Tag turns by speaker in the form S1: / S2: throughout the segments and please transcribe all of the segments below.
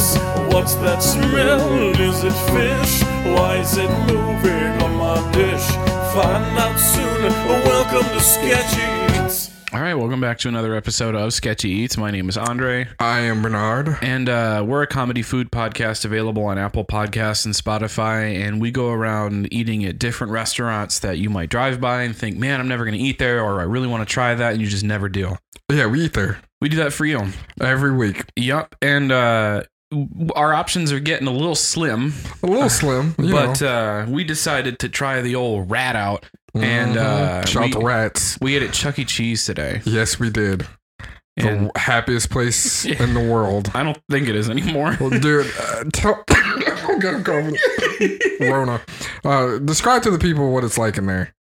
S1: What's that smell? Is it fish? Why is it moving on my dish? Find out soon. Welcome to Sketchy Eats.
S2: All right, welcome back to another episode of Sketchy Eats. My name is Andre,
S3: I am Bernard.
S2: and uh, we're a comedy food podcast available on Apple Podcasts and Spotify. And we go around eating at different restaurants that you might drive by and think, man, I'm never going to eat there, or I really want to try that, and you just never do.
S3: Yeah, we eat there
S2: We do that for you.
S3: every week.
S2: Yup. And uh, w- our options are getting a little slim,
S3: A little slim, you
S2: Uh, but
S3: know.
S2: uh, we decided to try the old rat out. And uh,
S3: Mhm. shout out
S2: we,
S3: to rats.
S2: we ate at Chuck E. Cheese today.
S3: Yes, we did.
S2: And
S3: the happiest place
S2: Yeah.
S3: in the world.
S2: I don't think it is anymore.
S3: Well, dude, uh, tell. oh God, I'm coughing. Rona, uh, describe to the people what it's like in there.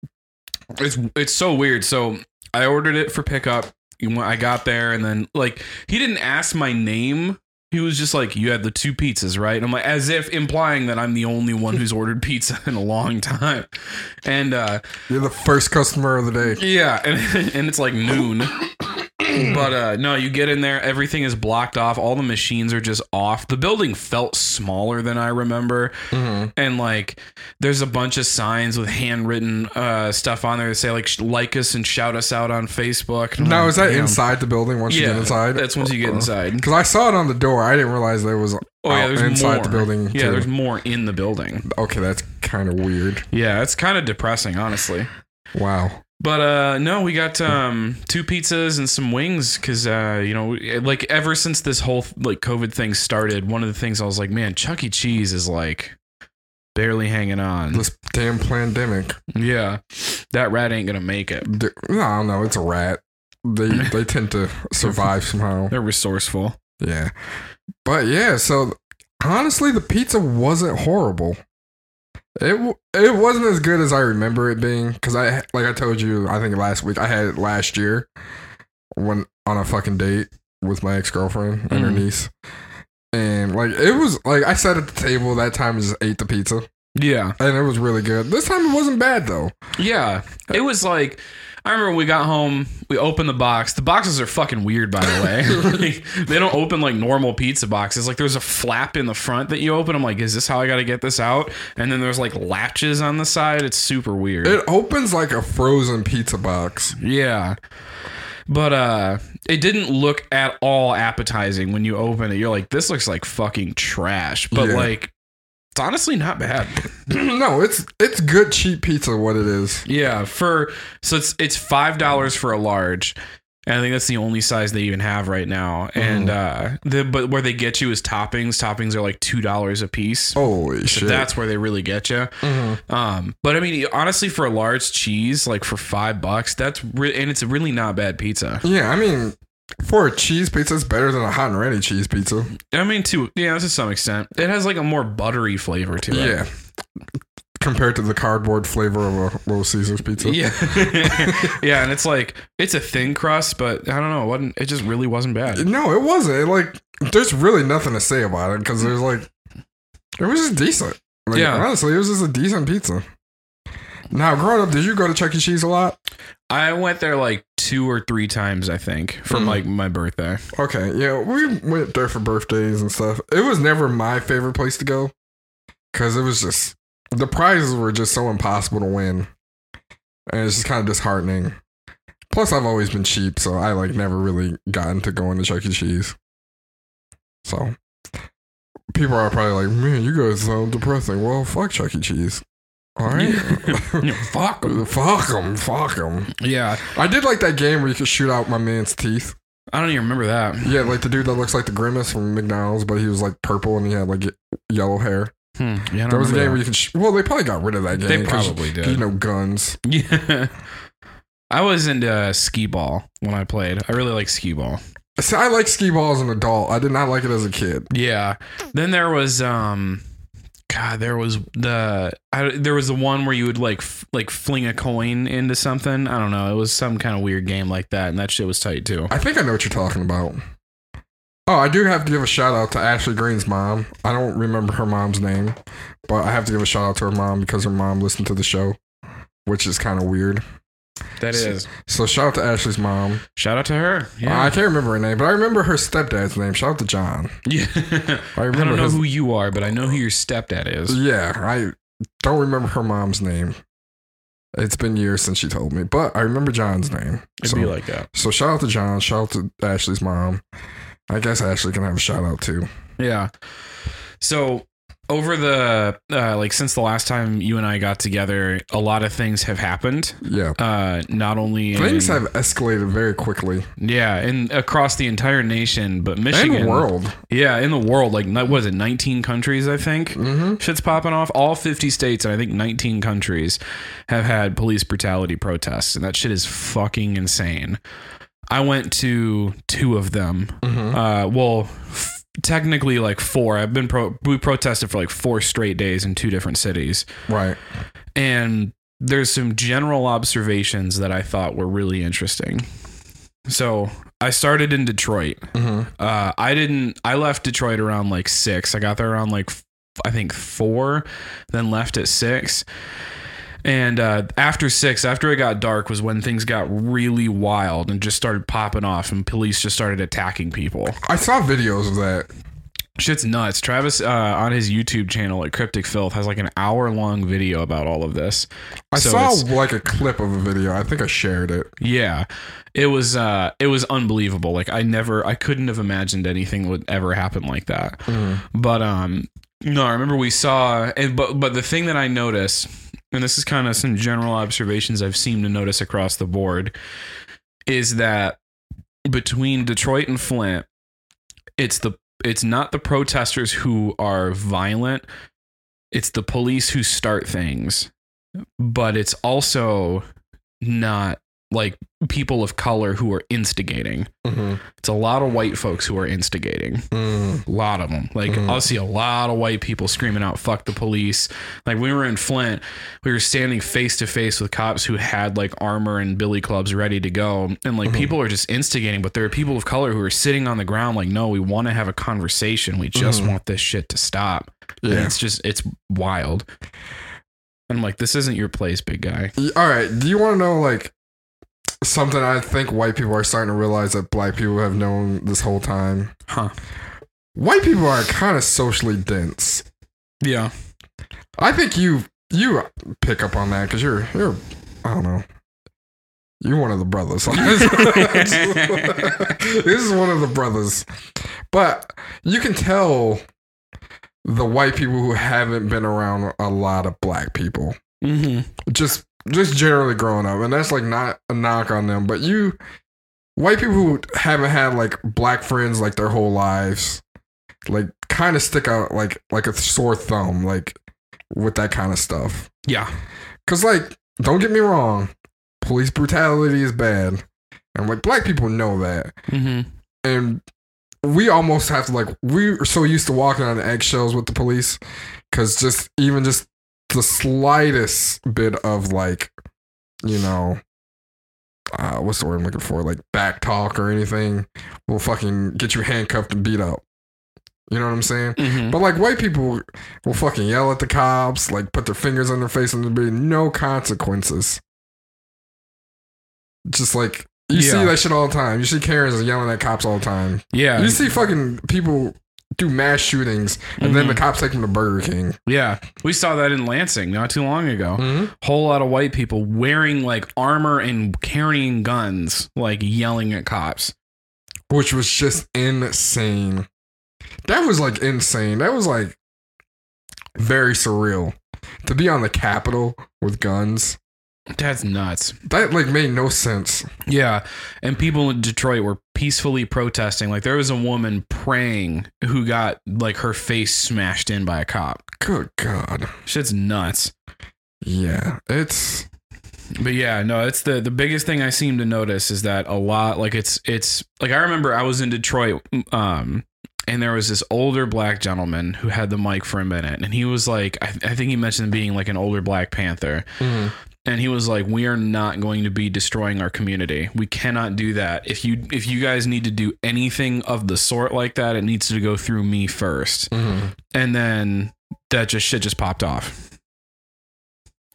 S2: it's it's so weird. So I ordered it for pickup. You went- I got there and then like he didn't ask my name. He was just like, "You had the two pizzas, right?" And I'm like, as if implying that I'm the only one who's ordered pizza in a long time. And uh,
S3: You're the first customer of the day.
S2: yeah, and, and it's like noon. But uh, no, you get in there, everything is blocked off. All the machines are just off. The building felt smaller than I remember
S3: Mm-hmm.
S2: and like there's a bunch of signs with handwritten uh, stuff on there that say like sh- like us and shout us out on Facebook. And I'm
S3: Now,
S2: like,
S3: is that
S2: damn.
S3: inside the building once you
S2: Yeah,
S3: get inside? Oh.
S2: That's once you get inside.
S3: Because I saw it on the door. I didn't realize there was
S2: Oh yeah,
S3: out-
S2: there's
S3: inside
S2: more.
S3: the building.
S2: Yeah,
S3: too.
S2: there's more in the building.
S3: okay, that's kind of weird.
S2: Yeah, it's kind of depressing, honestly.
S3: Wow.
S2: But uh, no, we got um, two pizzas and some wings because uh, you know, like ever since this whole like COVID thing started, one of the things I was like, man, Chuck E. Cheese is like barely hanging on.
S3: This damn pandemic.
S2: Yeah, that rat ain't gonna make it.
S3: D- No, I don't know. It's a rat. They they tend to survive somehow.
S2: They're resourceful.
S3: Yeah. But yeah, so honestly, the pizza wasn't horrible. It w- it wasn't as good as I remember it being because I like I told you I think last week I had it last year when on a fucking date with my ex girlfriend and her
S2: Mhm.
S3: niece, and like it was like I sat at the table that time and just ate the pizza
S2: Yeah.
S3: and it was really good. This time it wasn't bad though.
S2: Yeah. It was like I remember when we got home, we opened the box. The boxes are fucking weird by the way. Like, they don't open like normal pizza boxes. Like there's a flap in the front that you open. I'm like, is this how I gotta get this out? And then there's like latches on the side. It's super weird.
S3: It opens like a frozen pizza box.
S2: yeah. But uh it didn't look at all appetizing when you open it. You're like, this looks like fucking trash. But
S3: Yeah.
S2: like it's honestly not bad.
S3: no, it's it's good cheap pizza. What it is.
S2: Yeah, for so it's it's five dollars for a large. And I think that's the only size they even have right now.
S3: Mm.
S2: And uh the but where they get you is toppings. Toppings are like two dollars a piece.
S3: Holy
S2: So
S3: Oh, shit!
S2: that's where they really get you.
S3: Mhm.
S2: Um, but I mean, honestly, for a large cheese, like for five bucks, that's re- and it's really not bad pizza.
S3: Yeah, I mean, for a cheese pizza, it's better than a hot and ready cheese pizza.
S2: I mean, to yeah, to some extent, it has like a more buttery flavor to it.
S3: Yeah. Compared to the cardboard flavor of a Little Caesars pizza.
S2: yeah, yeah, and it's like it's a thin crust, but I don't know, it wasn't it just really wasn't bad.
S3: No, it wasn't. It, like, there's really nothing to say about it because there's like, it was just decent. Like,
S2: Yeah.
S3: Honestly, it was just a decent pizza. Now, growing up, did you go to Chuck E. Cheese a lot?
S2: I went there like two or three times, I think, for
S3: Mhm.
S2: like my birthday.
S3: Okay, yeah, we went there for birthdays and stuff. It was never my favorite place to go because it was just the prizes were just so impossible to win, and it's just kind of disheartening. Plus, I've always been cheap, so I like never really gotten to going to Chuck E. Cheese. So people are probably like, "Man, you guys sound depressing." Well, fuck Chuck E. Cheese. All right,
S2: Yeah, fuck 'em.
S3: fuck them, fuck them.
S2: Yeah.
S3: I did like that game where you could shoot out my man's teeth.
S2: I don't even remember that.
S3: Yeah, like the dude that looks like the Grimace from McDonald's, but he was like purple and he had like ye- yellow hair.
S2: Hmm. Yeah, I don't
S3: There was a game
S2: remember
S3: where you could. Sh- well, they probably got rid of that
S2: that.
S3: game.
S2: they
S3: 'cause,
S2: probably
S3: You
S2: did.
S3: know, guns.
S2: Yeah. I was into skee ball when I played. I really like skee ball.
S3: See, I like skee ball as an adult. I did not like it as a kid.
S2: Yeah. Then there was um God, there was the I, there was the one where you would like f- like fling a coin into something. I don't know. It was some kind of weird game like that, and that shit was tight too.
S3: I think I know what you're talking about. Oh, I do have to give a shout out to Ashley Green's mom. I don't remember her mom's name, but I have to give a shout out to her mom because her mom listened to the show, which is kind of weird.
S2: That is.
S3: So shout out to Ashley's mom.
S2: Shout out to her.
S3: Uh, I
S2: Yeah.
S3: can't remember her name, but I remember her stepdad's name. Shout out to John.
S2: yeah.
S3: I
S2: I
S3: remember
S2: don't know
S3: his-
S2: who you are, but I know who your stepdad is.
S3: Yeah, I don't remember her mom's name. It's been years since she told me, but I remember John's name.
S2: It'd
S3: so,
S2: be like that.
S3: so shout out to John. Shout out to Ashley's mom. I guess Ashley can have a shout out too.
S2: Yeah. So over the uh, like since the last time you and I got together, a lot of things have happened.
S3: Yeah.
S2: Uh, not only in,
S3: Things have escalated very quickly.
S2: yeah, and across the entire nation, but
S3: And
S2: Michigan,
S3: the world.
S2: yeah, in the world, like what was it, nineteen countries, I think.
S3: hmm
S2: Shit's popping off. All 50 states and I think 19 countries have had police brutality protests, and that shit is fucking insane. I went to two of them
S3: hmm
S2: uh, well, f- technically like four. I've been pro- we protested for like four straight days in two different cities,
S3: Right.
S2: and there's some general observations that I thought were really interesting. So I started in Detroit.
S3: hmm
S2: Uh, I didn't. I left Detroit around like six. I got there around like f- I think four, then left at six. And uh, after six, after it got dark, was when things got really wild and just started popping off, and police just started attacking people.
S3: I saw videos of that.
S2: Shit's nuts. Travis uh, on his YouTube channel at Cryptic Filth has like an hour long video about all of this.
S3: I
S2: So
S3: saw
S2: it's-
S3: like a clip of a video. I think I shared it.
S2: Yeah, it was uh, it was unbelievable. Like I never, I couldn't have imagined anything would ever happen like that.
S3: Mm-hmm,
S2: But um, no, I remember we saw, and but but the thing that I noticed, and this is kind of some general observations I've seemed to notice across the board, is that between Detroit and Flint, it's the it's not the protesters who are violent, it's the police who start things, but it's also not like people of color who are instigating.
S3: mm-hmm,
S2: It's a lot of white folks who are instigating.
S3: Mm.
S2: A lot of them. Like
S3: Mhm.
S2: I'll see a lot of white people screaming out "fuck the police." Like we were in Flint, we were standing face to face with cops who had like armor and billy clubs ready to go, and like
S3: Mhm.
S2: people are just instigating. But there are people of color who are sitting on the ground, like, "No, we want to have a conversation. We just
S3: Mhm.
S2: want this shit to stop." And
S3: Yeah.
S2: it's just it's wild. And I'm like, "This isn't your place, big guy."
S3: Y- All right. Do you want to know like something I think white people are starting to realize that black people have known this whole time?
S2: Huh?
S3: White people are kind of socially dense.
S2: Yeah.
S3: I think you you pick up on that because you're you're I don't know. You're one of the brothers. this is one of the brothers. But you can tell the white people who haven't been around a lot of black people.
S2: Mm-hmm.
S3: just just generally growing up and that's like not a knock on them but you white people who haven't had like black friends like their whole lives like kind of stick out like like a sore thumb like with that kind of stuff
S2: Yeah.
S3: because like don't get me wrong police brutality is bad and like black people know that
S2: Mm-hmm.
S3: and we almost have to like we are so used to walking on eggshells with the police because just even just the slightest bit of like you know uh, what's the word I'm looking for like back talk or anything will fucking get you handcuffed and beat up. You know what I'm saying?
S2: Mm-hmm.
S3: But like white people will fucking yell at the cops, like put their fingers on their face, and there'll be no consequences. Just like you see
S2: Yeah.
S3: that shit all the time. You see Karens yelling at cops all the time.
S2: Yeah.
S3: you see fucking people do mass shootings, and then the cops take them to Burger King.
S2: Mm-hmm. Yeah, we saw that in Lansing not too long ago.
S3: Mm-hmm.
S2: Whole lot of white people wearing like armor and carrying guns, like yelling at cops.
S3: which was just insane. That was like insane. That was like very surreal to be on the Capitol with guns.
S2: That's nuts.
S3: That like made no sense.
S2: Yeah, and people in Detroit were peacefully protesting. Like there was a woman praying who got like her face smashed in by a cop.
S3: Good God.
S2: Shit's nuts.
S3: Yeah, it's
S2: But yeah, no, it's the the biggest thing I seem to notice is that a lot like it's it's like I remember I was in Detroit um and there was this older black gentleman who had the mic for a minute and he was like I, I think he mentioned being like an older black panther and he was like we are not going to be destroying our community. We cannot do that. If you if you guys need to do anything of the sort like that, it needs to go through me first. And then that just shit just popped off.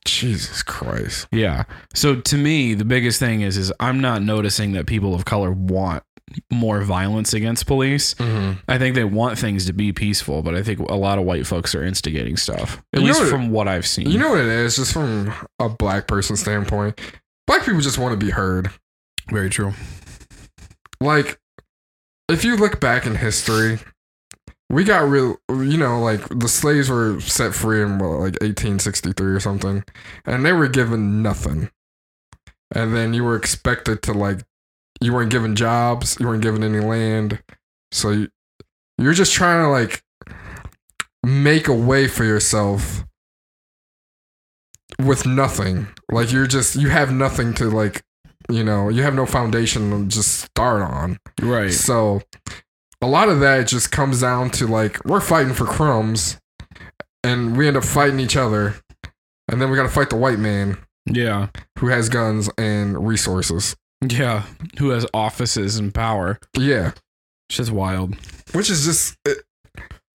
S3: Jesus Christ.
S2: Yeah. So to me, the biggest thing is is I'm not noticing that people of color want more violence against police.
S3: Mm-hmm.
S2: I think they want things to be peaceful, but I think a lot of white folks are instigating stuff. At
S3: You
S2: least
S3: know-
S2: from what I've seen.
S3: You know what it is, just from a black person standpoint. Black people just want to be heard.
S2: very true.
S3: Like, if you look back in history, we got real, you know, like the slaves were set free in what, like 1863 or something, and they were given nothing. And then you were expected to, like, you weren't given jobs, you weren't given any land. So you, you're just trying to, like, make a way for yourself with nothing. Like, you're just, you have nothing to, like, you know, you have no foundation to just start on.
S2: Right.
S3: So a lot of that just comes down to like we're fighting for crumbs and we end up fighting each other and then we got to fight the white man
S2: Yeah.
S3: who has guns and resources.
S2: Yeah. Who has offices and power?
S3: Yeah,
S2: It's just wild.
S3: which is just it,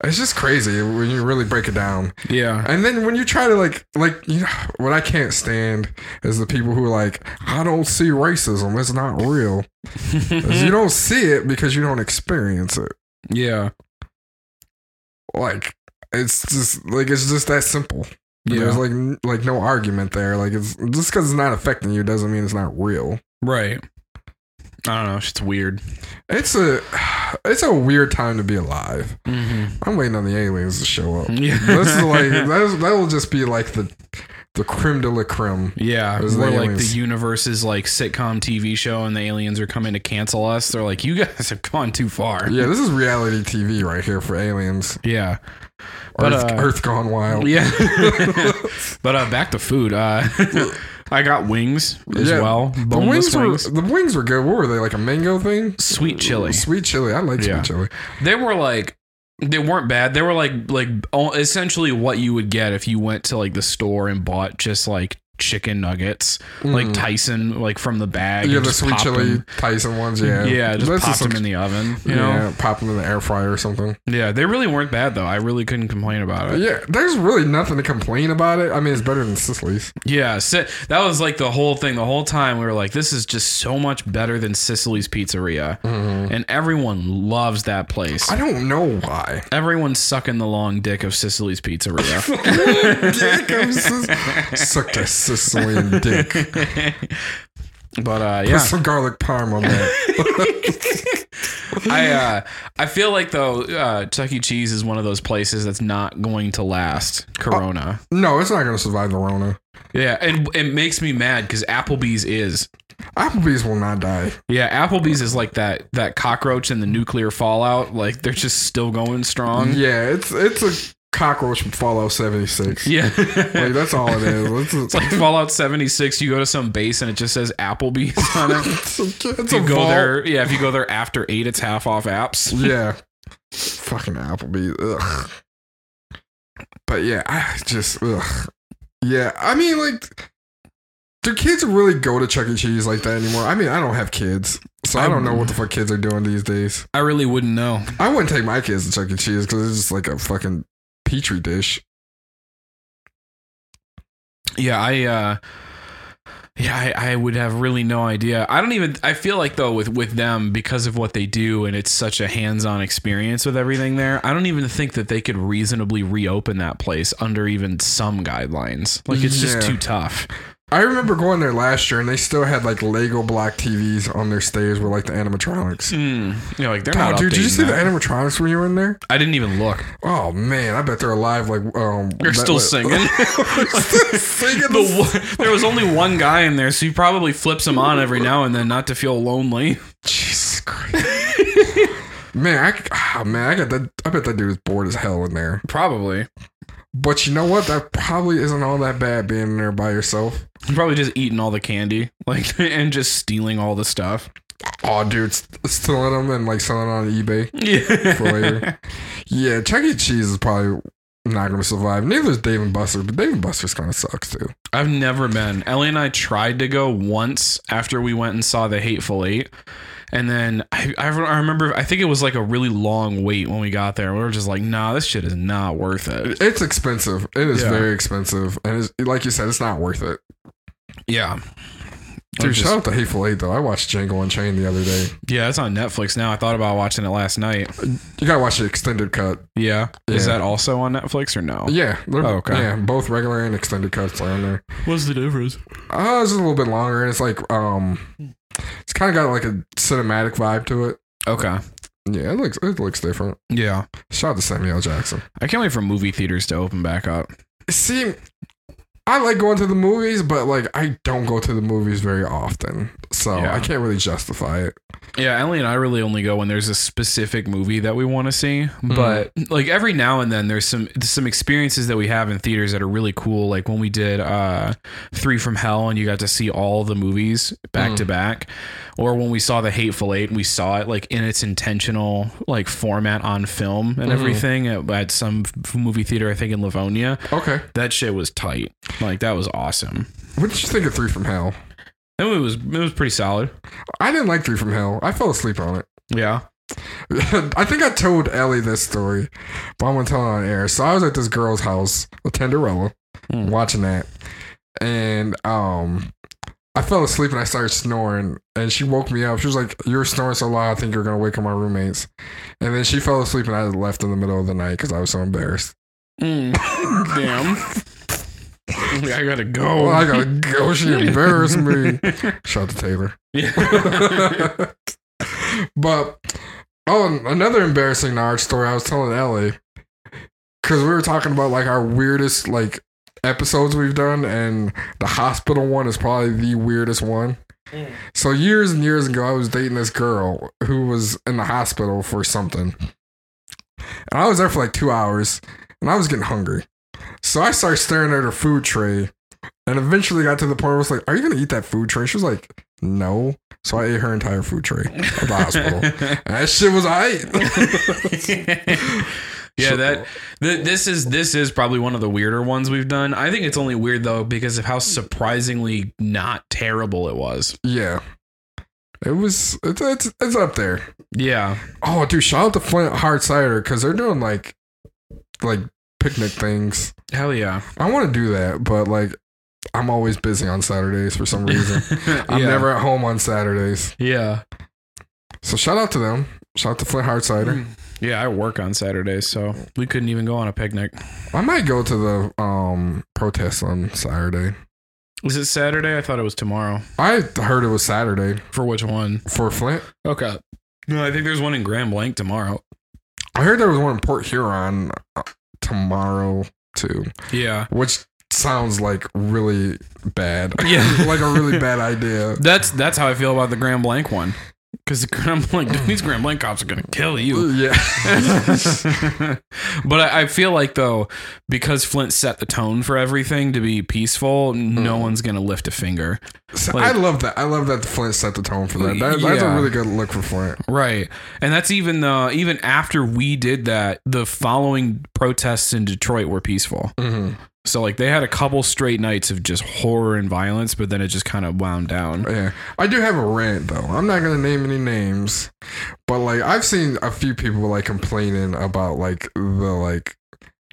S3: it's just crazy when you really break it down.
S2: Yeah.
S3: And then when you try to like like you know what I can't stand is the people who are like I don't see racism. It's not real. 'Cause
S2: Mm-hmm.
S3: you don't see it because you don't experience it.
S2: yeah.
S3: Like it's just like it's just that simple. There's
S2: Yeah.
S3: like n- like no argument there. Like it's just because it's not affecting you doesn't mean it's not real.
S2: Right. I don't know. It's weird.
S3: It's a it's a weird time to be alive.
S2: Mm-hmm.
S3: I'm waiting on the aliens to show up.
S2: Yeah.
S3: this is like that's, that will just be like the the creme de la creme.
S2: Yeah,
S3: Those
S2: we're like the
S3: aliens.
S2: universe's like sitcom TV show, and the aliens are coming to cancel us. They're like, you guys have gone too far.
S3: Yeah, this is reality TV right here for aliens.
S2: Yeah, But,
S3: Earth,
S2: uh,
S3: Earth gone wild.
S2: yeah. but uh, back to food. Uh, I got wings as
S3: Yeah,
S2: well.
S3: The
S2: Boneless
S3: wings,
S2: wings,
S3: were the wings were good. What were they like a mango thing?
S2: sweet chili.
S3: Sweet chili. I like
S2: Yeah.
S3: sweet chili.
S2: They were like. They weren't bad. They were like like all- essentially what you would get if you went to like the store and bought just like chicken nuggets, like
S3: Mm.
S2: Tyson, like from the bag.
S3: yeah,
S2: and
S3: the
S2: just
S3: sweet
S2: popped
S3: chili
S2: them.
S3: Tyson ones. Yeah,
S2: yeah, just
S3: That's
S2: popped
S3: some-
S2: them in the oven. You know,
S3: yeah, pop them in the air fryer or something.
S2: Yeah, they really weren't bad though. I really couldn't complain about it.
S3: Yeah, there's really nothing to complain about it. I mean, it's better than Sicily's.
S2: Yeah, si- that was like the whole thing. The whole time we were like, this is just so much better than Sicily's Pizzeria, and everyone loves that place.
S3: Mm-hmm. I don't know why.
S2: Everyone's sucking the long dick of Sicily's Pizzeria.
S3: dick, I'm Sic- sucked a Sicilian dick. Put
S2: but uh, yeah,
S3: some garlic parm on that.
S2: I uh, I feel like though uh, Chuck E. Cheese is one of those places that's not going to last Corona.
S3: No, it's not going to survive the Rona.
S2: yeah, and it makes me mad because Applebee's is.
S3: Applebee's will not die.
S2: Yeah, Applebee's is like that that cockroach in the nuclear fallout. Like they're just still going strong.
S3: Yeah, it's it's a cockroach from Fallout 76.
S2: Yeah.
S3: Like, that's all it is. It's
S2: it's like Fallout 76, you go to some base and it just says Applebee's on it. If
S3: a, it's a, it's
S2: you
S3: a
S2: go
S3: vault.
S2: there, yeah, if you go there after 8, it's half off apps.
S3: Yeah. Fucking Applebee's. Ugh. But yeah, I just ugh. Yeah, I mean, like, do kids really go to Chuck E. Cheese like that anymore? I mean, I don't have kids, so I don't know what the fuck kids are doing these days.
S2: I really wouldn't know.
S3: I wouldn't take my kids to Chuck E. Cheese because it's just like a fucking petri dish.
S2: Yeah, I uh yeah, I, I would have really no idea. I don't even. I feel like though with with them because of what they do and it's such a hands-on experience with everything there. I don't even think that they could reasonably reopen that place under even some guidelines. Like it's
S3: Yeah.
S2: just too tough.
S3: I remember going there last year and they still had like Lego block TVs on their stage with like the animatronics.
S2: Yeah, like they're
S3: Oh,
S2: not.
S3: dude, did you
S2: updating
S3: see the
S2: that.
S3: animatronics when you were in there?
S2: I didn't even look.
S3: Oh man, I bet they're alive. Like um,
S2: They're
S3: that-
S2: still
S3: like-
S2: singing.
S3: singing
S2: The one- there was only one guy in there, so he probably flips him on every now and then, not to feel lonely.
S3: Jesus Christ. man, I c- ah, man, I got that. I bet that dude is bored as hell in there.
S2: Probably,
S3: But you know what? That probably isn't all that bad being in there by yourself.
S2: He probably just eating all the candy, like, and just stealing all the stuff.
S3: Oh, dude, st- stealing them and like selling on eBay
S2: Yeah.
S3: for later. yeah, Chuck E. Cheese is probably not gonna survive. Neither is Dave and Buster, but Dave and Buster's kind of sucks too.
S2: I've never been. Ellie and I tried to go once after we went and saw the Hateful Eight. And then I, I re- I remember, I think it was like a really long wait when we got there. We were just like, nah, this shit is not worth it.
S3: It's expensive. It is
S2: Yeah.
S3: very expensive, and it's, like you said, it's not worth it.
S2: Yeah.
S3: Dude,
S2: It's just-
S3: shout out to Hateful Eight though. I watched Django Unchained the other day.
S2: yeah, it's on Netflix now. I thought about watching it last night.
S3: You gotta watch the extended cut.
S2: Yeah. Is
S3: Yeah.
S2: that also on Netflix or no?
S3: Yeah, they're,
S2: Oh, okay.
S3: yeah, both regular and extended cuts are on there.
S2: What's the difference?
S3: Uh, it's just a little bit longer, and it's like um, it's kind of got like a cinematic vibe to it.
S2: Okay.
S3: Yeah, it looks it lools different.
S2: Yeah.
S3: Shout out to Samuel L. Jackson.
S2: I can't wait for movie theaters to open back up.
S3: See, I like going to the movies, but like I don't go to the movies very often, so
S2: Yeah.
S3: I can't really justify it.
S2: Yeah, Ellie and I really only go when there's a specific movie that we want to see. But like every now and then, there's some some experiences that we have in theaters that are really cool. Like when we did uh, Three from Hell, and you got to see all the movies back to back, or when we saw The Hateful Eight, and we saw it like in its intentional like format on film and everything at, at some f- movie theater, I think in Livonia.
S3: Okay,
S2: That shit was tight. Like that was awesome.
S3: what did you think of Three from Hell?
S2: That movie was it was pretty solid.
S3: I didn't like Three from Hell. I fell asleep on it.
S2: Yeah.
S3: I think I told Ellie this story, but I'm gonna tell it on air. So I was at this girl's house with Tenderella,
S2: Hmm.
S3: watching that, and um, I fell asleep and I started snoring, and she woke me up. She was like, "You're snoring so loud, I think you're gonna wake up my roommates." And then she fell asleep, and I left in the middle of the night because I was so embarrassed.
S2: Mm. Damn. I gotta go.
S3: Oh, I gotta go. She embarrassed me. Shout out to Taylor.
S2: Yeah.
S3: but oh, and another embarrassing Nard story I was telling Ellie because we were talking about like our weirdest like episodes we've done, and the hospital one is probably the weirdest one. So years and years ago, I was dating this girl who was in the hospital for something, and I was there for like two hours, and I was getting hungry, so I started staring at her food tray. And eventually got to the point where I was like, Are you gonna eat that food tray? She was like, No. So I ate her entire food tray at the hospital. And that shit was alright.
S2: yeah, that th- this is this is probably one of the weirder ones we've done. I think it's only weird though because of how surprisingly not terrible it was.
S3: Yeah. It was it's it's, it's up there.
S2: Yeah.
S3: Oh dude, shout out to Flint Hard Cider because they're doing like like picnic things.
S2: Hell yeah.
S3: I want to do that, but like I'm always busy on Saturdays for some reason. I'm
S2: Yeah.
S3: never at home on Saturdays.
S2: Yeah.
S3: So shout out to them. Shout out to Flint Hard Cider.
S2: Mm. Yeah, I work on Saturdays, so we couldn't even go on a picnic.
S3: I might go to the um protest on Saturday.
S2: Is it Saturday? I thought it was tomorrow.
S3: I heard it was Saturday
S2: For which one?
S3: for Flint.
S2: Okay. No, I think there's one in Grand Blanc tomorrow.
S3: I heard there was one in Port Huron uh, tomorrow too,
S2: Yeah.
S3: which sounds like really bad.
S2: Yeah.
S3: like a really bad idea.
S2: That's that's how I feel about the Grand Blanc one. Because the Grand Blanc, dude, these Grand Blanc cops are gonna kill you.
S3: Yeah.
S2: but I, I feel like though, because Flint set the tone for everything to be peaceful, no one's gonna lift a finger.
S3: So
S2: Like-
S3: I love that. I love that Flint set the tone for that. that That's a
S2: Yeah.
S3: really good look for Flint.
S2: Right. And that's even the even after we did that, the following protests in Detroit were peaceful.
S3: hmm
S2: So like they had a couple straight nights of just horror and violence, but then it just kind of wound down.
S3: Yeah. I do have a rant though. I'm not gonna name any names, but like I've seen a few people like complaining about like the like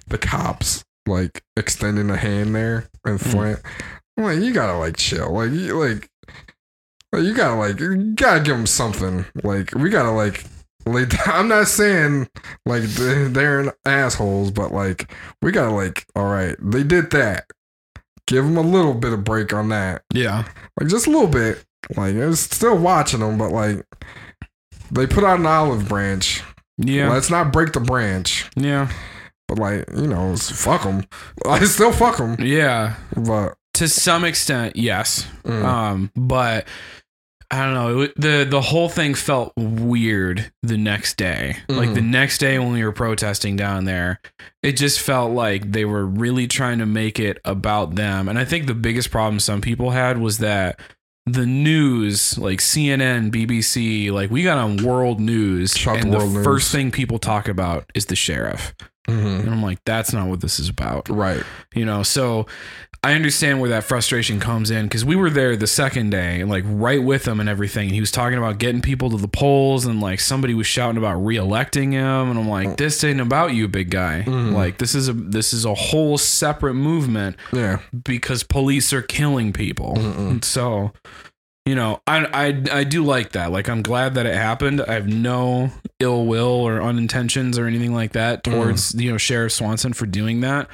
S3: the cops like extending a hand there in Flint. I'm like, you gotta like chill. Like you like like, you gotta like you gotta give them something. Like we gotta like like I'm not saying like they- they're assholes, but like we gotta like all right, they did that. Give them a little bit of break on that
S2: Yeah.
S3: like just a little bit. Like I was still watching them, but like they put out an olive branch.
S2: Yeah.
S3: Let's not break the branch,
S2: Yeah.
S3: but like you know, it's fuck them. I still fuck them,
S2: Yeah.
S3: but
S2: To some extent, yes.
S3: mm,
S2: Um, but I don't know. It, wa- the The whole thing felt weird the next day. Like
S3: Mm-hmm.
S2: the next day when we were protesting down there, it just felt like they were really trying to make it about them. And I think the biggest problem some people had was that the news, like CNN, BBC, like we got on world news,
S3: Shout out to
S2: and the
S3: World News.
S2: first thing people talk about is the sheriff.
S3: Mm-hmm.
S2: And I'm like, that's not what this is about.
S3: Right.
S2: You know, so I understand where that frustration comes in because we were there the second day, like right with him and everything. And he was talking about getting people to the polls and like somebody was shouting about reelecting him. And I'm like, this ain't about you, big guy.
S3: Mhm.
S2: Like this is a this is a whole separate movement
S3: Yeah.
S2: because police are killing people.
S3: Mm-mm.
S2: And So, you know, I, I I do like that. Like, I'm glad that it happened. I have no ill will or unintentions or anything like that
S3: Mm.
S2: towards you know Sheriff Swanson for doing that.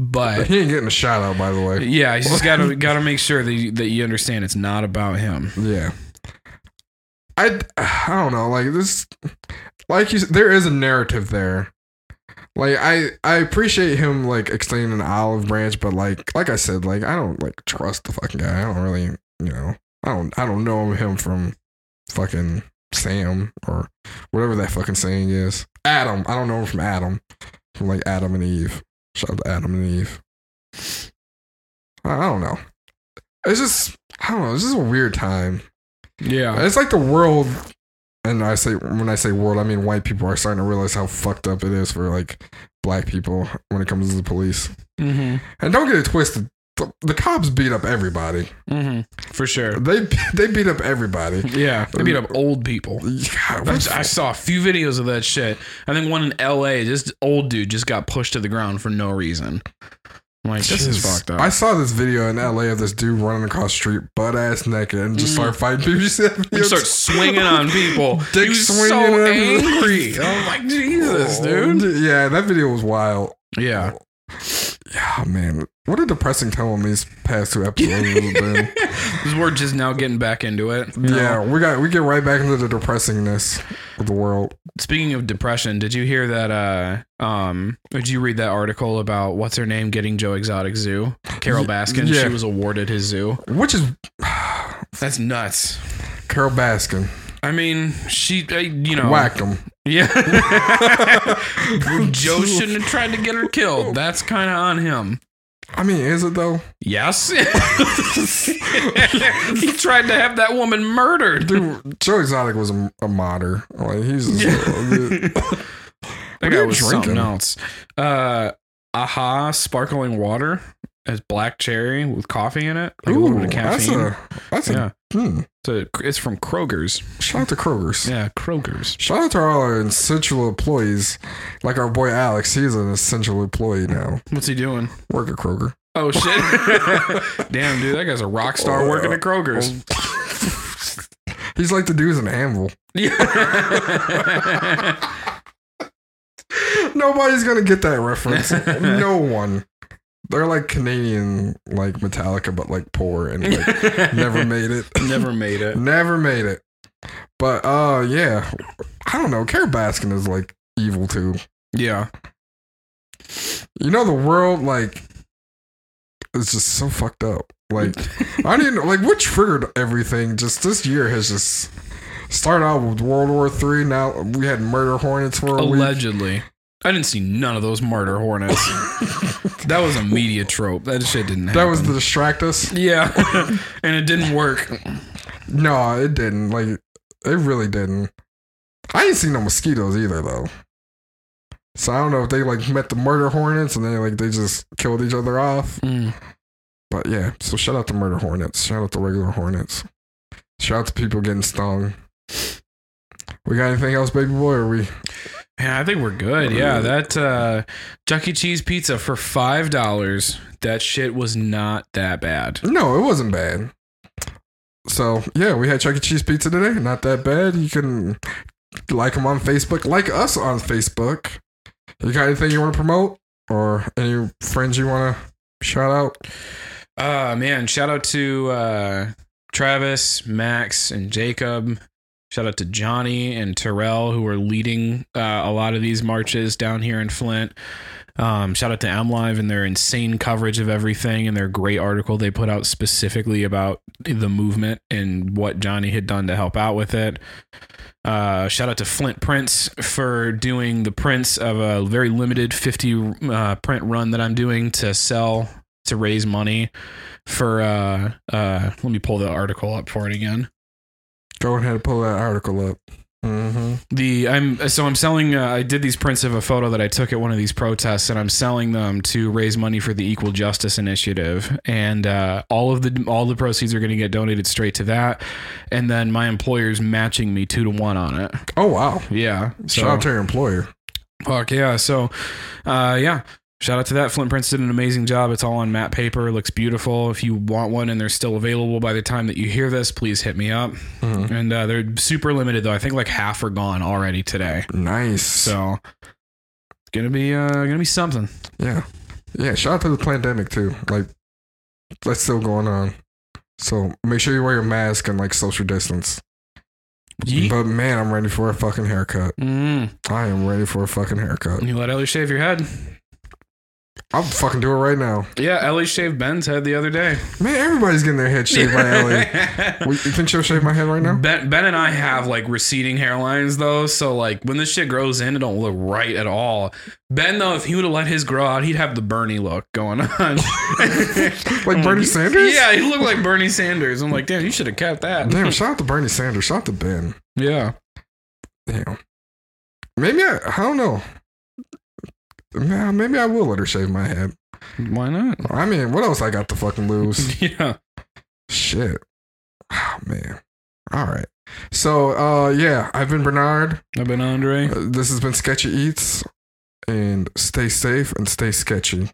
S2: But
S3: He ain't getting a shout out, by the way.
S2: yeah, he's just gotta gotta make sure that you, that you understand it's not about him.
S3: Yeah. I I don't know. Like this, like you, s- there is a narrative there. Like I I appreciate him like extending an olive branch, but like like I said, like I don't like trust the fucking guy. I don't really you know I don't I don't know him from fucking Sam or whatever that fucking saying is. Adam. I don't know him from Adam. From like Adam and Eve. Shout out to Adam and Eve. I, I don't know. It's just I don't know. It's just a weird time.
S2: Yeah,
S3: It's like the world, and I say when I say world, I mean white people are starting to realize how fucked up it is for like black people when it comes to the police.
S2: hmm
S3: And don't get it twisted. The, the cops beat up everybody.
S2: hmm for sure.
S3: They they beat up everybody.
S2: Yeah, they beat up old people.
S3: God,
S2: I,
S3: what
S2: I
S3: the-
S2: saw a few videos of that shit. I think one in L.A. This old dude just got pushed to the ground for no reason. I'm like, this is
S3: Jeez.
S2: fucked up.
S3: I saw this video in LA of this dude running across the street butt ass naked and just
S2: Mm.
S3: start fighting people. You see that
S2: He
S3: video?
S2: started swinging on people.
S3: Dick
S2: he was so
S3: swinging on- Oh
S2: angry. Oh. I'm like, Jesus, dude.
S3: Yeah, that video was wild.
S2: Yeah.
S3: Yeah, Ah, man. What a depressing tone these past two episodes have been.
S2: Because we're just now getting back into it. you know?
S3: Yeah, we got we get right back into the depressingness of the world.
S2: Speaking of depression, did you hear that? Uh, um, did you read that article about what's her name getting Joe Exotic Zoo? Carol
S3: Y-
S2: Baskin.
S3: yeah.
S2: She was awarded his zoo.
S3: Which is
S2: That's nuts.
S3: Carol Baskin.
S2: I mean, she, uh, you know,
S3: Whack him.
S2: yeah. Joe shouldn't have tried to get her killed. That's kind of on him.
S3: I mean, is it though?
S2: Yes. he tried to have that woman murdered.
S3: Dude, Joe Exotic was a, a modder. Like he's just,
S2: That
S3: are
S2: guy
S3: you
S2: was something
S3: drinking?
S2: else. Uh, aha, sparkling water as black cherry with coffee in it. Like a little
S3: Ooh,
S2: bit of
S3: that's
S2: caffeine.
S3: a that's
S2: yeah.
S3: a hmm.
S2: So it's from Kroger's.
S3: shout out to Kroger's.
S2: Yeah, Kroger's.
S3: Shout out to all our essential employees, like our boy Alex. He's an essential employee now.
S2: What's he doing?
S3: Work at Kroger.
S2: Oh shit. Damn, dude, that guy's a rock star
S3: Oh,
S2: working
S3: yeah.
S2: at Kroger's.
S3: He's like the dudes in Anvil.
S2: Yeah.
S3: Nobody's gonna get that reference. no one. They're like Canadian, like Metallica, but like poor and like never made it.
S2: never made it.
S3: never made it. But uh, yeah, I don't know. Carol Baskin is like evil too.
S2: Yeah.
S3: You know, the world like is just so fucked up. Like I didn't like what triggered everything. Just this year has just started out with World War Three. Now we had murder hornets for a week.
S2: Allegedly. I didn't see none of those murder hornets. that was a media trope. That shit didn't happen.
S3: That was to distract us.
S2: Yeah. and it didn't work.
S3: No, it didn't. Like it really didn't. I ain't seen no mosquitoes either though. So I don't know if they like met the murder hornets and then like they just killed each other off.
S2: Mm.
S3: But yeah, so shout out to murder hornets. Shout out to regular hornets. Shout out to people getting stung. We got anything else, baby boy? Or we
S2: Yeah, I think we're good. Yeah, that uh Chuck E. Cheese pizza for five dollars. That shit was not that bad.
S3: no, it wasn't bad. So yeah, we had Chuck E. Cheese pizza today. Not that bad. You can like them on Facebook. Like us on Facebook. You got anything you want to promote or any friends you want to shout out?
S2: Uh man, shout out to uh Travis, Max, and Jacob. Shout out to Johnny and Terrell who are leading uh, a lot of these marches down here in Flint. Um, shout out to M Live and their insane coverage of everything and their great article they put out specifically about the movement and what Johnny had done to help out with it. Uh, shout out to Flint Prints for doing the prints of a very limited 50 uh, print run that I'm doing to sell to raise money for. Uh, uh, let me pull the article up for it again.
S3: Go ahead and pull that article up. Mm-hmm.
S2: the I'm so I'm selling. Uh, I did these prints of a photo that I took at one of these protests, and I'm selling them to raise money for the Equal Justice Initiative. And uh, all of the all the proceeds are going to get donated straight to that. And then my employer's matching me two to one on it.
S3: Oh wow!
S2: Yeah. So
S3: Shout out to your employer.
S2: fuck yeah. So uh, yeah. Shout out to that. Flint Prints did an amazing job. It's all on matte paper. It looks beautiful. If you want one and they're still available by the time that you hear this, please hit me up.
S3: Mhm.
S2: And uh, they're super limited though. I think like half are gone already today.
S3: Nice.
S2: So it's gonna be uh gonna be something.
S3: yeah, yeah. Shout out to the pandemic too. Like that's still going on. So make sure you wear your mask and like social distance. But man, I'm ready for a fucking haircut.
S2: Mm.
S3: I am ready for a fucking haircut.
S2: You let Ellie shave your head.
S3: I'll fucking do it right now.
S2: Yeah, Ellie shaved Ben's head the other day.
S3: Man, everybody's getting their head shaved by Ellie. Wait, you think she'll shave my head right now?
S2: Ben, ben and I have like receding hairlines though, so like when this shit grows in, it don't look right at all. Ben though, if he would have let his grow out, he'd have the Bernie look going on.
S3: Like Bernie Sanders?
S2: yeah, he looked like Bernie Sanders. I'm like, damn, you should have kept that.
S3: Damn, shout out to Bernie Sanders. Shout out to Ben.
S2: Yeah,
S3: Damn. Maybe I, I don't know. Nah, Maybe I will let her shave my head.
S2: why not?
S3: I mean, what else I got to fucking lose?
S2: Yeah,
S3: Shit. Oh, man. All right. So, uh, yeah, I've been Bernard.
S2: I've been Andre.
S3: Uh, This has been Sketchy Eats. And stay safe and stay sketchy.